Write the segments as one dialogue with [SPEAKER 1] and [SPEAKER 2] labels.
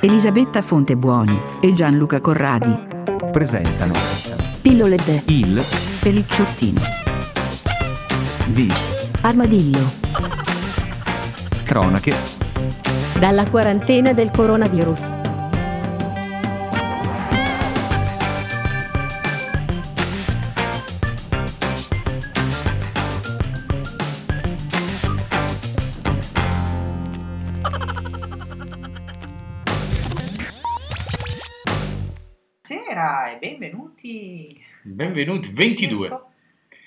[SPEAKER 1] Elisabetta Fontebuoni e Gianluca Corradi
[SPEAKER 2] presentano
[SPEAKER 3] Pillole de
[SPEAKER 2] il
[SPEAKER 1] Pelicciottino.
[SPEAKER 2] di
[SPEAKER 3] Armadillo.
[SPEAKER 2] cronache
[SPEAKER 3] Dalla quarantena del coronavirus.
[SPEAKER 4] Buonasera e benvenuti.
[SPEAKER 5] Benvenuti, 22.
[SPEAKER 4] Circo-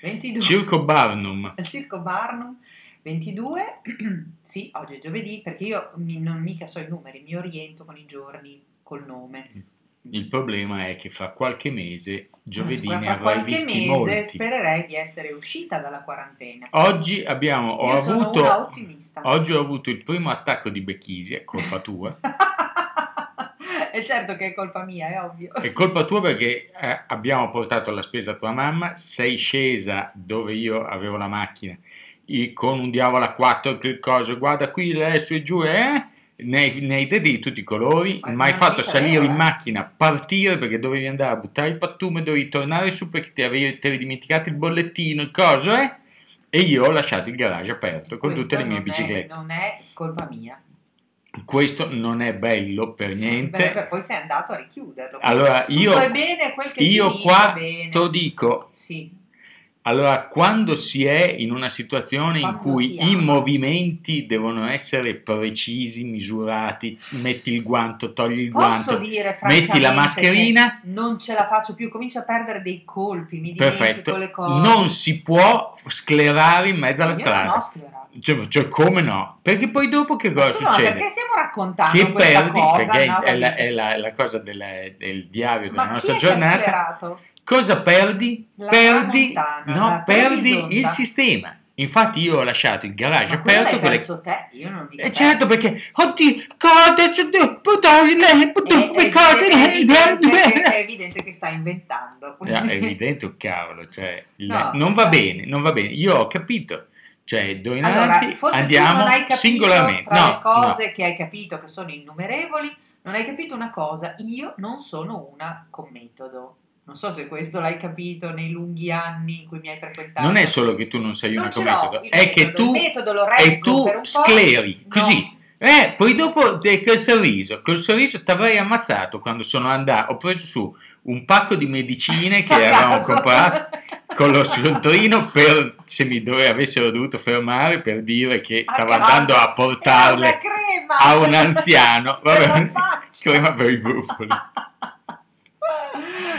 [SPEAKER 4] 22.
[SPEAKER 5] Circo Barnum.
[SPEAKER 4] Al Circo Barnum 22. sì, oggi è giovedì perché io mi- non mica so i numeri, mi oriento con i giorni, col nome.
[SPEAKER 5] Il problema è che fra qualche mese, giovedì,
[SPEAKER 4] Ma
[SPEAKER 5] ne
[SPEAKER 4] fra
[SPEAKER 5] avrai
[SPEAKER 4] qualche
[SPEAKER 5] visti
[SPEAKER 4] mese
[SPEAKER 5] molti.
[SPEAKER 4] spererei di essere uscita dalla quarantena.
[SPEAKER 5] Oggi abbiamo, ho
[SPEAKER 4] io sono una
[SPEAKER 5] avuto,
[SPEAKER 4] ottimista.
[SPEAKER 5] oggi ho avuto il primo attacco di Becchisi, è colpa tua.
[SPEAKER 4] è certo che è colpa mia, è ovvio.
[SPEAKER 5] È colpa tua perché eh, abbiamo portato alla spesa tua mamma, sei scesa dove io avevo la macchina i- con un diavolo a quattro, che cosa, guarda qui, là, su e giù, eh? Nei, nei denti di tutti i colori,
[SPEAKER 4] Ma
[SPEAKER 5] mi hai
[SPEAKER 4] non
[SPEAKER 5] fatto
[SPEAKER 4] mica
[SPEAKER 5] salire
[SPEAKER 4] vero,
[SPEAKER 5] in
[SPEAKER 4] eh.
[SPEAKER 5] macchina, partire perché dovevi andare a buttare il pattume, dovevi tornare su perché ti avevi, ti eri dimenticato il bollettino, il coso, eh? E io ho lasciato il garage aperto con
[SPEAKER 4] Questo
[SPEAKER 5] tutte le mie
[SPEAKER 4] non è-
[SPEAKER 5] biciclette.
[SPEAKER 4] non è colpa mia.
[SPEAKER 5] Questo non è bello per niente.
[SPEAKER 4] Beh, beh, poi sei andato a richiuderlo.
[SPEAKER 5] Allora, io,
[SPEAKER 4] Tutto è bene quel che
[SPEAKER 5] io
[SPEAKER 4] finisce
[SPEAKER 5] qua
[SPEAKER 4] bene.
[SPEAKER 5] te lo dico,
[SPEAKER 4] Sì,
[SPEAKER 5] Allora, quando si è in una situazione in
[SPEAKER 4] Quando si
[SPEAKER 5] cui
[SPEAKER 4] ha.
[SPEAKER 5] i movimenti devono essere precisi, misurati, metti il guanto, togli il
[SPEAKER 4] posso
[SPEAKER 5] guanto,
[SPEAKER 4] dire francamente
[SPEAKER 5] metti la mascherina,
[SPEAKER 4] che non ce la faccio più, comincio a perdere dei colpi, mi dimentico
[SPEAKER 5] perfetto.
[SPEAKER 4] le cose.
[SPEAKER 5] Non si può sclerare in mezzo alla
[SPEAKER 4] Io non ho
[SPEAKER 5] strada.
[SPEAKER 4] sclerato.
[SPEAKER 5] Cioè, cioè, come no? Perché poi dopo che cosa
[SPEAKER 4] Scusa, ma perché
[SPEAKER 5] succede?
[SPEAKER 4] stiamo raccontando
[SPEAKER 5] Che
[SPEAKER 4] questa
[SPEAKER 5] perdi,
[SPEAKER 4] cosa?
[SPEAKER 5] perché
[SPEAKER 4] no?
[SPEAKER 5] è, la, è la- la cosa del, del diario della
[SPEAKER 4] ma chi
[SPEAKER 5] nostra
[SPEAKER 4] è che ha
[SPEAKER 5] giornata.
[SPEAKER 4] sclerato?
[SPEAKER 5] Cosa perdi?
[SPEAKER 4] La
[SPEAKER 5] perdi
[SPEAKER 4] tramontana,
[SPEAKER 5] no,
[SPEAKER 4] la
[SPEAKER 5] perdi il
[SPEAKER 4] travisonda.
[SPEAKER 5] sistema. Infatti io ho lasciato il garage
[SPEAKER 4] Ma quello
[SPEAKER 5] aperto
[SPEAKER 4] l'hai
[SPEAKER 5] con le
[SPEAKER 4] perso te, io non dico
[SPEAKER 5] E
[SPEAKER 4] te.
[SPEAKER 5] certo perché, oddio, cosa c'è dentro? Puttani, lei,
[SPEAKER 4] È-
[SPEAKER 5] puttani,
[SPEAKER 4] è,
[SPEAKER 5] cosa
[SPEAKER 4] è
[SPEAKER 5] lei,
[SPEAKER 4] Eh, evidente che-
[SPEAKER 5] lei,
[SPEAKER 4] è evidente che sta inventando.
[SPEAKER 5] lei. È evidente, oh, cavolo, cioè, il-
[SPEAKER 4] No,
[SPEAKER 5] non va
[SPEAKER 4] sai.
[SPEAKER 5] bene, non va bene. Io ho capito, cioè, d'ora in
[SPEAKER 4] Allora,
[SPEAKER 5] avanti
[SPEAKER 4] forse tu
[SPEAKER 5] andiamo
[SPEAKER 4] non hai capito
[SPEAKER 5] singolarmente.
[SPEAKER 4] tra
[SPEAKER 5] No,
[SPEAKER 4] le
[SPEAKER 5] no.
[SPEAKER 4] cose che hai capito che sono innumerevoli, non hai capito una cosa, io non sono una con metodo. Non so se questo l'hai capito nei lunghi anni in cui mi hai frequentato.
[SPEAKER 5] Non è solo che tu non sei una
[SPEAKER 4] Non ce
[SPEAKER 5] con
[SPEAKER 4] l'ho,
[SPEAKER 5] metodo,
[SPEAKER 4] il
[SPEAKER 5] è che
[SPEAKER 4] metodo,
[SPEAKER 5] tu,
[SPEAKER 4] il metodo lo reggo
[SPEAKER 5] e tu
[SPEAKER 4] Ecco, per un po',
[SPEAKER 5] scleri,
[SPEAKER 4] no.
[SPEAKER 5] così. Eh, poi dopo te- col sorriso, col sorriso ti avrei ammazzato quando sono andato, ho preso su un pacco di medicine che
[SPEAKER 4] A
[SPEAKER 5] avevamo
[SPEAKER 4] caso.
[SPEAKER 5] comprato con lo scontrino per se mi dove avessero dovuto fermare per dire che
[SPEAKER 4] A
[SPEAKER 5] stavo
[SPEAKER 4] Ah, caso.
[SPEAKER 5] andando a
[SPEAKER 4] Era una
[SPEAKER 5] portarle
[SPEAKER 4] crema.
[SPEAKER 5] a un anziano
[SPEAKER 4] Per la
[SPEAKER 5] vabbè,
[SPEAKER 4] faccia.
[SPEAKER 5] crema per i brufoli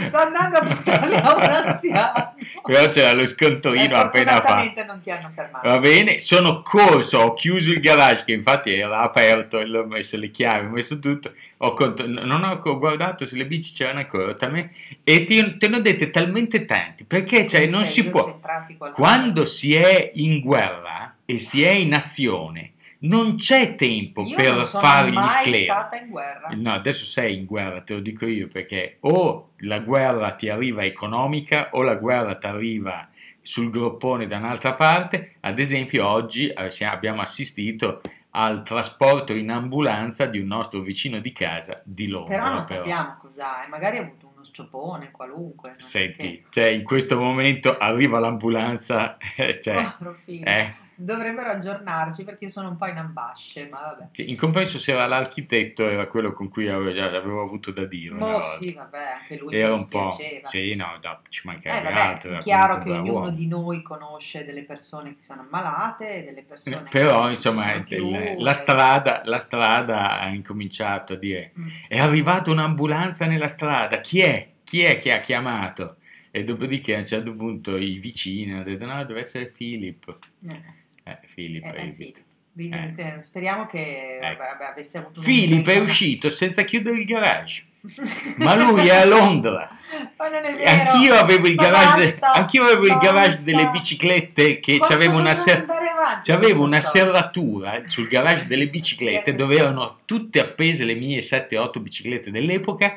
[SPEAKER 4] Sto andando a portarle a un anziano.
[SPEAKER 5] però c'era lo scontrino
[SPEAKER 4] Eh,
[SPEAKER 5] appena fatto
[SPEAKER 4] fortunatamente non ti hanno fermato.
[SPEAKER 5] va bene sono corso ho chiuso il garage che infatti era aperto e l'ho messo le chiavi ho messo tutto ho cont- non ho co- guardato se le bici c'erano ancora talmente- e ti- te ne ho dette talmente tanti perché cioè, non
[SPEAKER 4] Se
[SPEAKER 5] si
[SPEAKER 4] io
[SPEAKER 5] può
[SPEAKER 4] c'entrassi qualcosa.
[SPEAKER 5] Quando si è in guerra e si è in azione, non c'è tempo
[SPEAKER 4] Io
[SPEAKER 5] per
[SPEAKER 4] non sono
[SPEAKER 5] fare gli
[SPEAKER 4] mai
[SPEAKER 5] scleri.
[SPEAKER 4] stata in guerra.
[SPEAKER 5] Eh, No, adesso sei in guerra, te lo dico io, perché o la guerra ti arriva economica o la guerra ti arriva sul groppone da un'altra parte. Ad esempio, oggi eh, si- abbiamo assistito al trasporto in ambulanza di un nostro vicino di casa di Londra.
[SPEAKER 4] Però non
[SPEAKER 5] però.
[SPEAKER 4] sappiamo cos'ha, eh, magari ha avuto uno sciopone qualunque. non so
[SPEAKER 5] Senti, cioè in questo momento arriva l'ambulanza, eh,
[SPEAKER 4] che.
[SPEAKER 5] cioè,
[SPEAKER 4] Povero figlio.
[SPEAKER 5] eh,
[SPEAKER 4] Dovrebbero aggiornarci perché io sono un po' in ambasce, ma vabbè.
[SPEAKER 5] Sì, In compenso se era l'architetto era quello con cui avevo, già- avevo avuto da dire. una
[SPEAKER 4] Mo'
[SPEAKER 5] volta.
[SPEAKER 4] Oh, sì, vabbè, anche lui
[SPEAKER 5] Era
[SPEAKER 4] ci
[SPEAKER 5] un po'...
[SPEAKER 4] dispiaceva.
[SPEAKER 5] Sì, no, no, ci mancava
[SPEAKER 4] Eh, vabbè,
[SPEAKER 5] altro.
[SPEAKER 4] è
[SPEAKER 5] era
[SPEAKER 4] chiaro che
[SPEAKER 5] comunque un
[SPEAKER 4] ognuno
[SPEAKER 5] bravo uomo.
[SPEAKER 4] di noi conosce delle persone che sono ammalate e delle persone
[SPEAKER 5] Però,
[SPEAKER 4] che
[SPEAKER 5] insomma,
[SPEAKER 4] non ci sono
[SPEAKER 5] il-
[SPEAKER 4] più,
[SPEAKER 5] la,
[SPEAKER 4] e-
[SPEAKER 5] strada, la strada ha incominciato a dire
[SPEAKER 4] Mm.
[SPEAKER 5] è arrivata un'ambulanza nella strada, chi è? Chi è che ha chiamato? E dopodiché a un certo punto i vicini hanno detto no, deve essere Filippo.
[SPEAKER 4] Eh,
[SPEAKER 5] Eh, Filippo
[SPEAKER 4] eh,
[SPEAKER 5] è
[SPEAKER 4] eh,
[SPEAKER 5] evitato.
[SPEAKER 4] evidente. Speriamo che
[SPEAKER 5] Ecco.
[SPEAKER 4] vabbè, vabbè, avesse avuto un
[SPEAKER 5] Filippo è
[SPEAKER 4] momento-
[SPEAKER 5] uscito senza chiudere il garage, ma lui è a Londra.
[SPEAKER 4] Ma non è
[SPEAKER 5] E
[SPEAKER 4] vero.
[SPEAKER 5] Anch'io avevo il
[SPEAKER 4] Ma
[SPEAKER 5] garage,
[SPEAKER 4] basta,
[SPEAKER 5] anch'io avevo il
[SPEAKER 4] basta.
[SPEAKER 5] garage delle biciclette che
[SPEAKER 4] Quanto
[SPEAKER 5] c'avevo una,
[SPEAKER 4] dobbiamo
[SPEAKER 5] ser-
[SPEAKER 4] andare avanti con
[SPEAKER 5] c'avevo Cioè, una
[SPEAKER 4] questa storia?
[SPEAKER 5] serratura sul garage delle biciclette
[SPEAKER 4] Sì,
[SPEAKER 5] dove erano tutte appese le mie 7-8 biciclette dell'epoca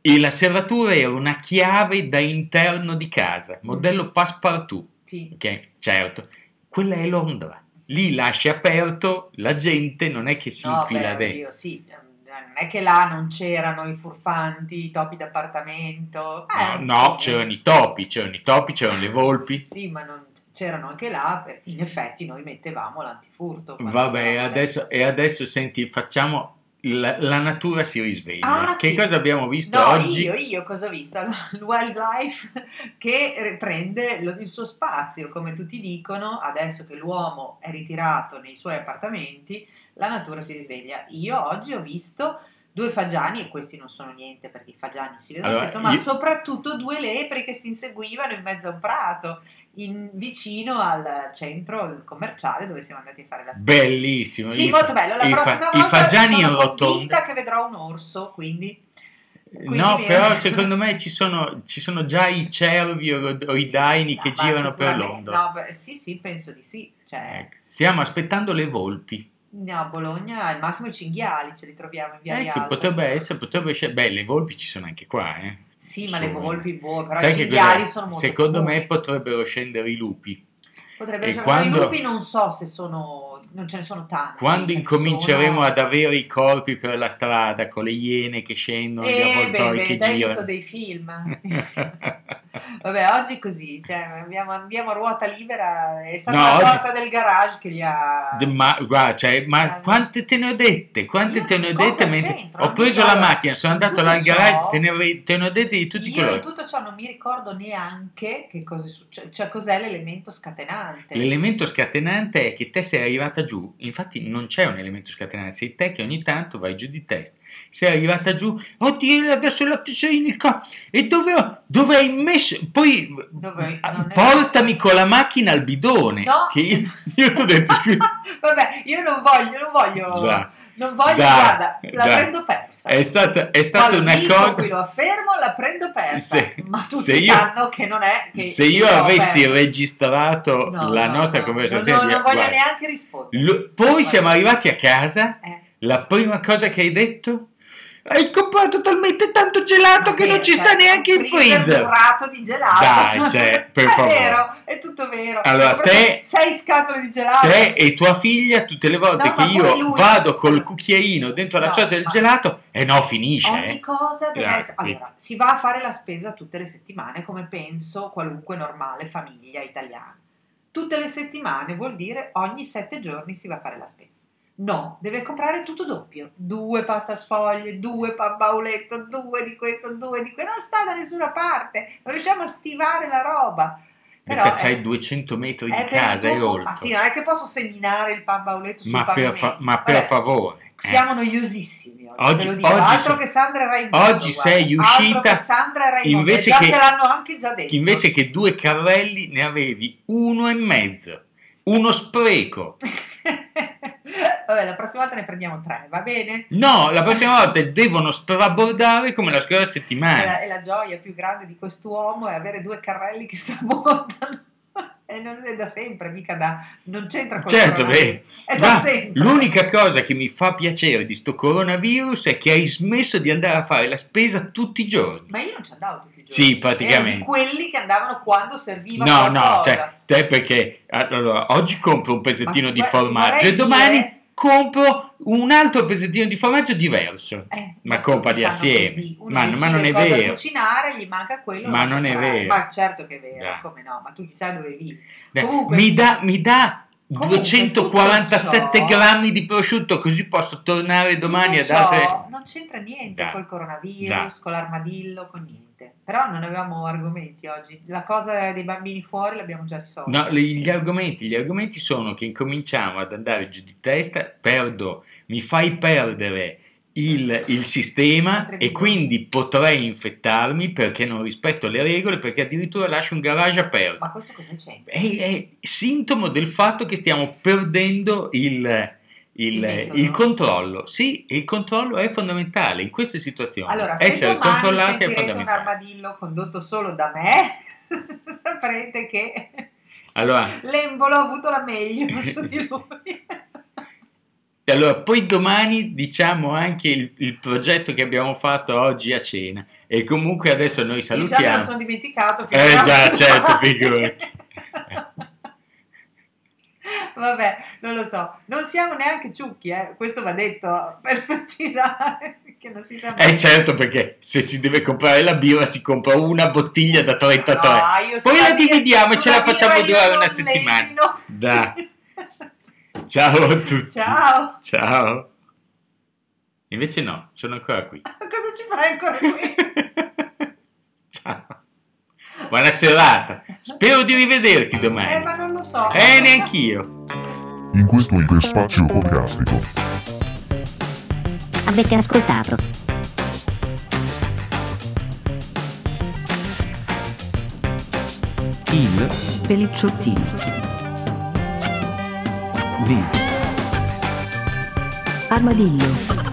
[SPEAKER 5] e la serratura era una chiave da interno di casa, modello passepartout,
[SPEAKER 4] Sì.
[SPEAKER 5] ok? Certo, quella è Londra. Lì lasci aperto, la gente non è che si
[SPEAKER 4] No,
[SPEAKER 5] infila
[SPEAKER 4] beh,
[SPEAKER 5] dentro.
[SPEAKER 4] oddio, sì, non è che là non c'erano i furfanti, i topi d'appartamento.
[SPEAKER 5] No,
[SPEAKER 4] Eh,
[SPEAKER 5] no, c'erano i topi, c'erano i topi, c'erano le volpi.
[SPEAKER 4] Sì, ma non- c'erano anche là, per- in effetti noi mettevamo l'antifurto. quando
[SPEAKER 5] Vabbè,
[SPEAKER 4] andavamo
[SPEAKER 5] adesso, e adesso senti, facciamo. La, la natura si risveglia.
[SPEAKER 4] Ah,
[SPEAKER 5] che
[SPEAKER 4] sì.
[SPEAKER 5] cosa abbiamo visto
[SPEAKER 4] No,
[SPEAKER 5] oggi?
[SPEAKER 4] io, io cosa ho visto? Allora, Il wildlife che prende lo- il suo spazio, come tutti dicono, adesso che l'uomo è ritirato nei suoi appartamenti, la natura si risveglia. Io oggi ho visto due fagiani, e questi non sono niente perché i fagiani si vedono
[SPEAKER 5] Allora,
[SPEAKER 4] spesso, ma
[SPEAKER 5] io-
[SPEAKER 4] soprattutto due lepri che si inseguivano in mezzo a un prato, in- vicino al centro commerciale dove siamo andati a fare la spesa.
[SPEAKER 5] Bellissimo.
[SPEAKER 4] Sì,
[SPEAKER 5] i
[SPEAKER 4] molto
[SPEAKER 5] fa-
[SPEAKER 4] bello. La
[SPEAKER 5] i fa-
[SPEAKER 4] prossima
[SPEAKER 5] I
[SPEAKER 4] volta
[SPEAKER 5] fagiani in
[SPEAKER 4] sono
[SPEAKER 5] rotondo.
[SPEAKER 4] convinta che vedrò un orso, quindi... Quindi
[SPEAKER 5] No,
[SPEAKER 4] viene-
[SPEAKER 5] però secondo me ci sono, ci sono già i cervi o, o i daini
[SPEAKER 4] No,
[SPEAKER 5] che
[SPEAKER 4] Ah, ma
[SPEAKER 5] girano per
[SPEAKER 4] sicuramente-
[SPEAKER 5] Londra.
[SPEAKER 4] no, beh, sì, sì, penso di sì. Cioè,
[SPEAKER 5] Ecco. Stiamo aspettando le volpi.
[SPEAKER 4] a Bologna al massimo i cinghiali ce li troviamo in via
[SPEAKER 5] Eh, che
[SPEAKER 4] Rialto.
[SPEAKER 5] potrebbe essere, potrebbe essere. Beh, le volpi ci sono anche qua, eh.
[SPEAKER 4] Sì, ma le
[SPEAKER 5] Sono-
[SPEAKER 4] volpi boh, però
[SPEAKER 5] Sai
[SPEAKER 4] i
[SPEAKER 5] che
[SPEAKER 4] cinghiali
[SPEAKER 5] cos'è?
[SPEAKER 4] sono molto
[SPEAKER 5] Secondo me
[SPEAKER 4] comuni.
[SPEAKER 5] potrebbero scendere i lupi.
[SPEAKER 4] potrebbero
[SPEAKER 5] e
[SPEAKER 4] cioè,
[SPEAKER 5] quando-
[SPEAKER 4] i lupi non so se sono non ce ne sono tanti.
[SPEAKER 5] Quando
[SPEAKER 4] ce ne
[SPEAKER 5] incominceremo
[SPEAKER 4] sono-
[SPEAKER 5] ad avere i corpi per la strada con le iene che scendono, gli
[SPEAKER 4] Eh, beh,
[SPEAKER 5] avvoltoi
[SPEAKER 4] beh,
[SPEAKER 5] che
[SPEAKER 4] dai, hai
[SPEAKER 5] girano.
[SPEAKER 4] visto dei film. Vabbè, oggi è così, cioè, abbiamo- andiamo a ruota libera, è stata
[SPEAKER 5] No,
[SPEAKER 4] la
[SPEAKER 5] oggi-
[SPEAKER 4] porta del garage che li ha...
[SPEAKER 5] De- Ma, guarda, cioè, ma
[SPEAKER 4] Dai.
[SPEAKER 5] quante te ne ho dette? Quante
[SPEAKER 4] Io
[SPEAKER 5] te ne ho
[SPEAKER 4] cosa
[SPEAKER 5] dette? mentre-
[SPEAKER 4] c'entro?
[SPEAKER 5] Ho preso la
[SPEAKER 4] Allora,
[SPEAKER 5] macchina, sono andato
[SPEAKER 4] tutto
[SPEAKER 5] al garage,
[SPEAKER 4] ciò-
[SPEAKER 5] te ne, avevi- te ne ho dette di tutti i
[SPEAKER 4] Io
[SPEAKER 5] colori.
[SPEAKER 4] in tutto ciò non mi ricordo neanche che cosa è successo, cioè cos'è l'elemento scatenante.
[SPEAKER 5] L'elemento scatenante è che te sei arrivata giù, infatti non c'è un elemento scatenante, sei te che ogni tanto vai giù di testa, sei arrivata giù, oddio adesso la tesorinica, e dove, ho- dove hai messo, poi
[SPEAKER 4] Dove-
[SPEAKER 5] ah,
[SPEAKER 4] non è-
[SPEAKER 5] portami con la macchina al bidone,
[SPEAKER 4] No.
[SPEAKER 5] che io, io ti ho detto scusa,
[SPEAKER 4] Vabbè, io non voglio, non voglio,
[SPEAKER 5] già,
[SPEAKER 4] non voglio,
[SPEAKER 5] Dai,
[SPEAKER 4] guarda, la
[SPEAKER 5] dai.
[SPEAKER 4] prendo persa.
[SPEAKER 5] è stata, è stata
[SPEAKER 4] Poi
[SPEAKER 5] una
[SPEAKER 4] dico,
[SPEAKER 5] cosa...
[SPEAKER 4] Qui lo affermo, la prendo persa,
[SPEAKER 5] Se-
[SPEAKER 4] ma
[SPEAKER 5] se
[SPEAKER 4] tutti
[SPEAKER 5] io-
[SPEAKER 4] sanno che non è che
[SPEAKER 5] Se io
[SPEAKER 4] che l'ho
[SPEAKER 5] avessi
[SPEAKER 4] persa.
[SPEAKER 5] registrato
[SPEAKER 4] No,
[SPEAKER 5] la
[SPEAKER 4] no,
[SPEAKER 5] nostra
[SPEAKER 4] no,
[SPEAKER 5] conversazione,
[SPEAKER 4] no, no, non voglio
[SPEAKER 5] guarda,
[SPEAKER 4] neanche rispondere.
[SPEAKER 5] lo- poi siamo arrivati a casa.
[SPEAKER 4] Eh.
[SPEAKER 5] La prima cosa che hai detto? Hai comprato talmente tanto gelato che
[SPEAKER 4] Vabbè,
[SPEAKER 5] non ci
[SPEAKER 4] cioè,
[SPEAKER 5] sta neanche il freezer.
[SPEAKER 4] dorato di gelato.
[SPEAKER 5] Dai, cioè, per
[SPEAKER 4] è
[SPEAKER 5] favore.
[SPEAKER 4] vero, è tutto vero.
[SPEAKER 5] Allora,
[SPEAKER 4] Ho proprio
[SPEAKER 5] te-
[SPEAKER 4] sei scatole di gelato.
[SPEAKER 5] Te e tua figlia tutte le volte
[SPEAKER 4] No,
[SPEAKER 5] che
[SPEAKER 4] ma
[SPEAKER 5] io
[SPEAKER 4] poi lui-
[SPEAKER 5] vado col cucchiaino dentro la
[SPEAKER 4] No,
[SPEAKER 5] ciotola del
[SPEAKER 4] ma-
[SPEAKER 5] gelato e no, finisce.
[SPEAKER 4] Ogni
[SPEAKER 5] eh.
[SPEAKER 4] cosa deve
[SPEAKER 5] Dai,
[SPEAKER 4] essere. Allora, si va a fare la spesa tutte le settimane, come penso qualunque normale famiglia italiana. Tutte le settimane vuol dire ogni sette giorni si va a fare la spesa. No, deve comprare tutto doppio: due pasta sfoglie, due pan bauletto, due di questo, due di quello. Non sta da nessuna parte, non riusciamo a stivare la roba. Però
[SPEAKER 5] Perché
[SPEAKER 4] è-
[SPEAKER 5] c'hai 200
[SPEAKER 4] è
[SPEAKER 5] metri di
[SPEAKER 4] per il
[SPEAKER 5] casa e
[SPEAKER 4] tuo-
[SPEAKER 5] oltre.
[SPEAKER 4] Ma sì, non è che posso seminare il pan bauletto sul
[SPEAKER 5] ma, per
[SPEAKER 4] pavimento.
[SPEAKER 5] fa- ma per
[SPEAKER 4] Vabbè,
[SPEAKER 5] favore. eh.
[SPEAKER 4] siamo noiosissimi oggi,
[SPEAKER 5] Oggi-
[SPEAKER 4] te lo dico.
[SPEAKER 5] oggi
[SPEAKER 4] altro
[SPEAKER 5] sei-
[SPEAKER 4] che Sandra e Raimondo.
[SPEAKER 5] oggi
[SPEAKER 4] guarda.
[SPEAKER 5] sei
[SPEAKER 4] Altro
[SPEAKER 5] uscita-
[SPEAKER 4] che Sandra e Raimondo.
[SPEAKER 5] invece
[SPEAKER 4] già
[SPEAKER 5] che-
[SPEAKER 4] te l'hanno anche già detto.
[SPEAKER 5] Invece che due carrelli ne avevi uno e mezzo. Uno spreco.
[SPEAKER 4] Vabbè, la prossima volta ne prendiamo tre, va bene?
[SPEAKER 5] No, la prossima volta devono strabordare come la scorsa
[SPEAKER 4] E
[SPEAKER 5] settimana.
[SPEAKER 4] la, e la gioia più grande di quest'uomo è avere due carrelli che stramontano. e non è da sempre, mica da... Non c'entra con
[SPEAKER 5] Certo, beh,
[SPEAKER 4] È Eh, da
[SPEAKER 5] Ma
[SPEAKER 4] sempre.
[SPEAKER 5] l'unica cosa che mi fa piacere di sto coronavirus è che hai smesso di andare a fare la spesa tutti i giorni.
[SPEAKER 4] Ma io non ci andavo tutti i giorni.
[SPEAKER 5] Sì,
[SPEAKER 4] Ero di
[SPEAKER 5] praticamente.
[SPEAKER 4] quelli che andavano quando serviva
[SPEAKER 5] No, cioè,
[SPEAKER 4] qualcosa.
[SPEAKER 5] no, te, te perché allora, oggi compro un pezzettino
[SPEAKER 4] Ma
[SPEAKER 5] di
[SPEAKER 4] que-
[SPEAKER 5] formaggio
[SPEAKER 4] vorrei
[SPEAKER 5] e domani
[SPEAKER 4] dire-
[SPEAKER 5] compro un altro pezzettino di formaggio diverso.
[SPEAKER 4] Eh,
[SPEAKER 5] Ma colpa di
[SPEAKER 4] fanno
[SPEAKER 5] assieme.
[SPEAKER 4] così, uno
[SPEAKER 5] Ma- ma
[SPEAKER 4] decide
[SPEAKER 5] non è
[SPEAKER 4] cosa
[SPEAKER 5] vero.
[SPEAKER 4] cucinare, gli manca quello.
[SPEAKER 5] Ma
[SPEAKER 4] lo
[SPEAKER 5] non è
[SPEAKER 4] compra.
[SPEAKER 5] vero.
[SPEAKER 4] Ma certo che è vero,
[SPEAKER 5] Dai.
[SPEAKER 4] come no? Ma tu chissà dove vivi.
[SPEAKER 5] Beh,
[SPEAKER 4] Comunque,
[SPEAKER 5] mi
[SPEAKER 4] sì.
[SPEAKER 5] dà, mi dà
[SPEAKER 4] Comunque,
[SPEAKER 5] 247
[SPEAKER 4] tutto ciò-
[SPEAKER 5] grammi di prosciutto così posso tornare domani
[SPEAKER 4] Tutto
[SPEAKER 5] ad
[SPEAKER 4] ciò
[SPEAKER 5] altre...
[SPEAKER 4] Non c'entra niente
[SPEAKER 5] Dai.
[SPEAKER 4] col coronavirus,
[SPEAKER 5] Dai.
[SPEAKER 4] con l'armadillo, con niente. Però non avevamo argomenti oggi. La cosa dei bambini fuori l'abbiamo già risolta.
[SPEAKER 5] No, le- gli argomenti, gli argomenti sono che incominciamo ad andare giù di testa, perdo, mi fai perdere il, il sistema
[SPEAKER 4] Altre
[SPEAKER 5] e
[SPEAKER 4] visioni.
[SPEAKER 5] quindi potrei infettarmi perché non rispetto le regole, perché addirittura lascio un garage aperto.
[SPEAKER 4] Ma questo cosa c'entra?
[SPEAKER 5] È, è sintomo del fatto che stiamo perdendo il, il-
[SPEAKER 4] Il metodo.
[SPEAKER 5] il controllo. Sì, il controllo è fondamentale in queste situazioni.
[SPEAKER 4] Allora, se
[SPEAKER 5] Essere
[SPEAKER 4] domani
[SPEAKER 5] controllati Eh, è
[SPEAKER 4] sentirete un
[SPEAKER 5] fondamentale.
[SPEAKER 4] armadillo condotto solo da me, saprete che
[SPEAKER 5] Allora,
[SPEAKER 4] l'embolo ha avuto la meglio su di lui.
[SPEAKER 5] allora, poi domani diciamo anche il, il progetto che abbiamo fatto oggi a cena. E comunque adesso noi
[SPEAKER 4] Io già me lo sono
[SPEAKER 5] salutiamo.
[SPEAKER 4] dimenticato.
[SPEAKER 5] Eh, già,
[SPEAKER 4] figurati.
[SPEAKER 5] certo, figurati.
[SPEAKER 4] Vabbè, non lo so. Non siamo neanche ciucchi, eh. Questo va detto per precisare. Che non si sa mai.
[SPEAKER 5] Eh certo, perché se si deve comprare la birra si compra una bottiglia da 33.
[SPEAKER 4] No, io
[SPEAKER 5] Poi
[SPEAKER 4] sulla
[SPEAKER 5] la
[SPEAKER 4] birra-
[SPEAKER 5] dividiamo e ce la
[SPEAKER 4] sulla
[SPEAKER 5] facciamo
[SPEAKER 4] birra io
[SPEAKER 5] durare
[SPEAKER 4] non
[SPEAKER 5] una
[SPEAKER 4] leggo.
[SPEAKER 5] settimana. Dai. Ciao a tutti.
[SPEAKER 4] Ciao.
[SPEAKER 5] Ciao. Invece no, sono ancora qui.
[SPEAKER 4] Cosa ci fai ancora qui?
[SPEAKER 5] Ciao. Buona serata. Spero di rivederti
[SPEAKER 4] Eh, ma
[SPEAKER 5] domani.
[SPEAKER 4] non lo so.
[SPEAKER 5] Eh, neanch'io.
[SPEAKER 6] In questo iperspazio podcastico.
[SPEAKER 7] Avete ascoltato
[SPEAKER 2] il,
[SPEAKER 1] Pelicciottini.
[SPEAKER 2] di.
[SPEAKER 3] Armadillo.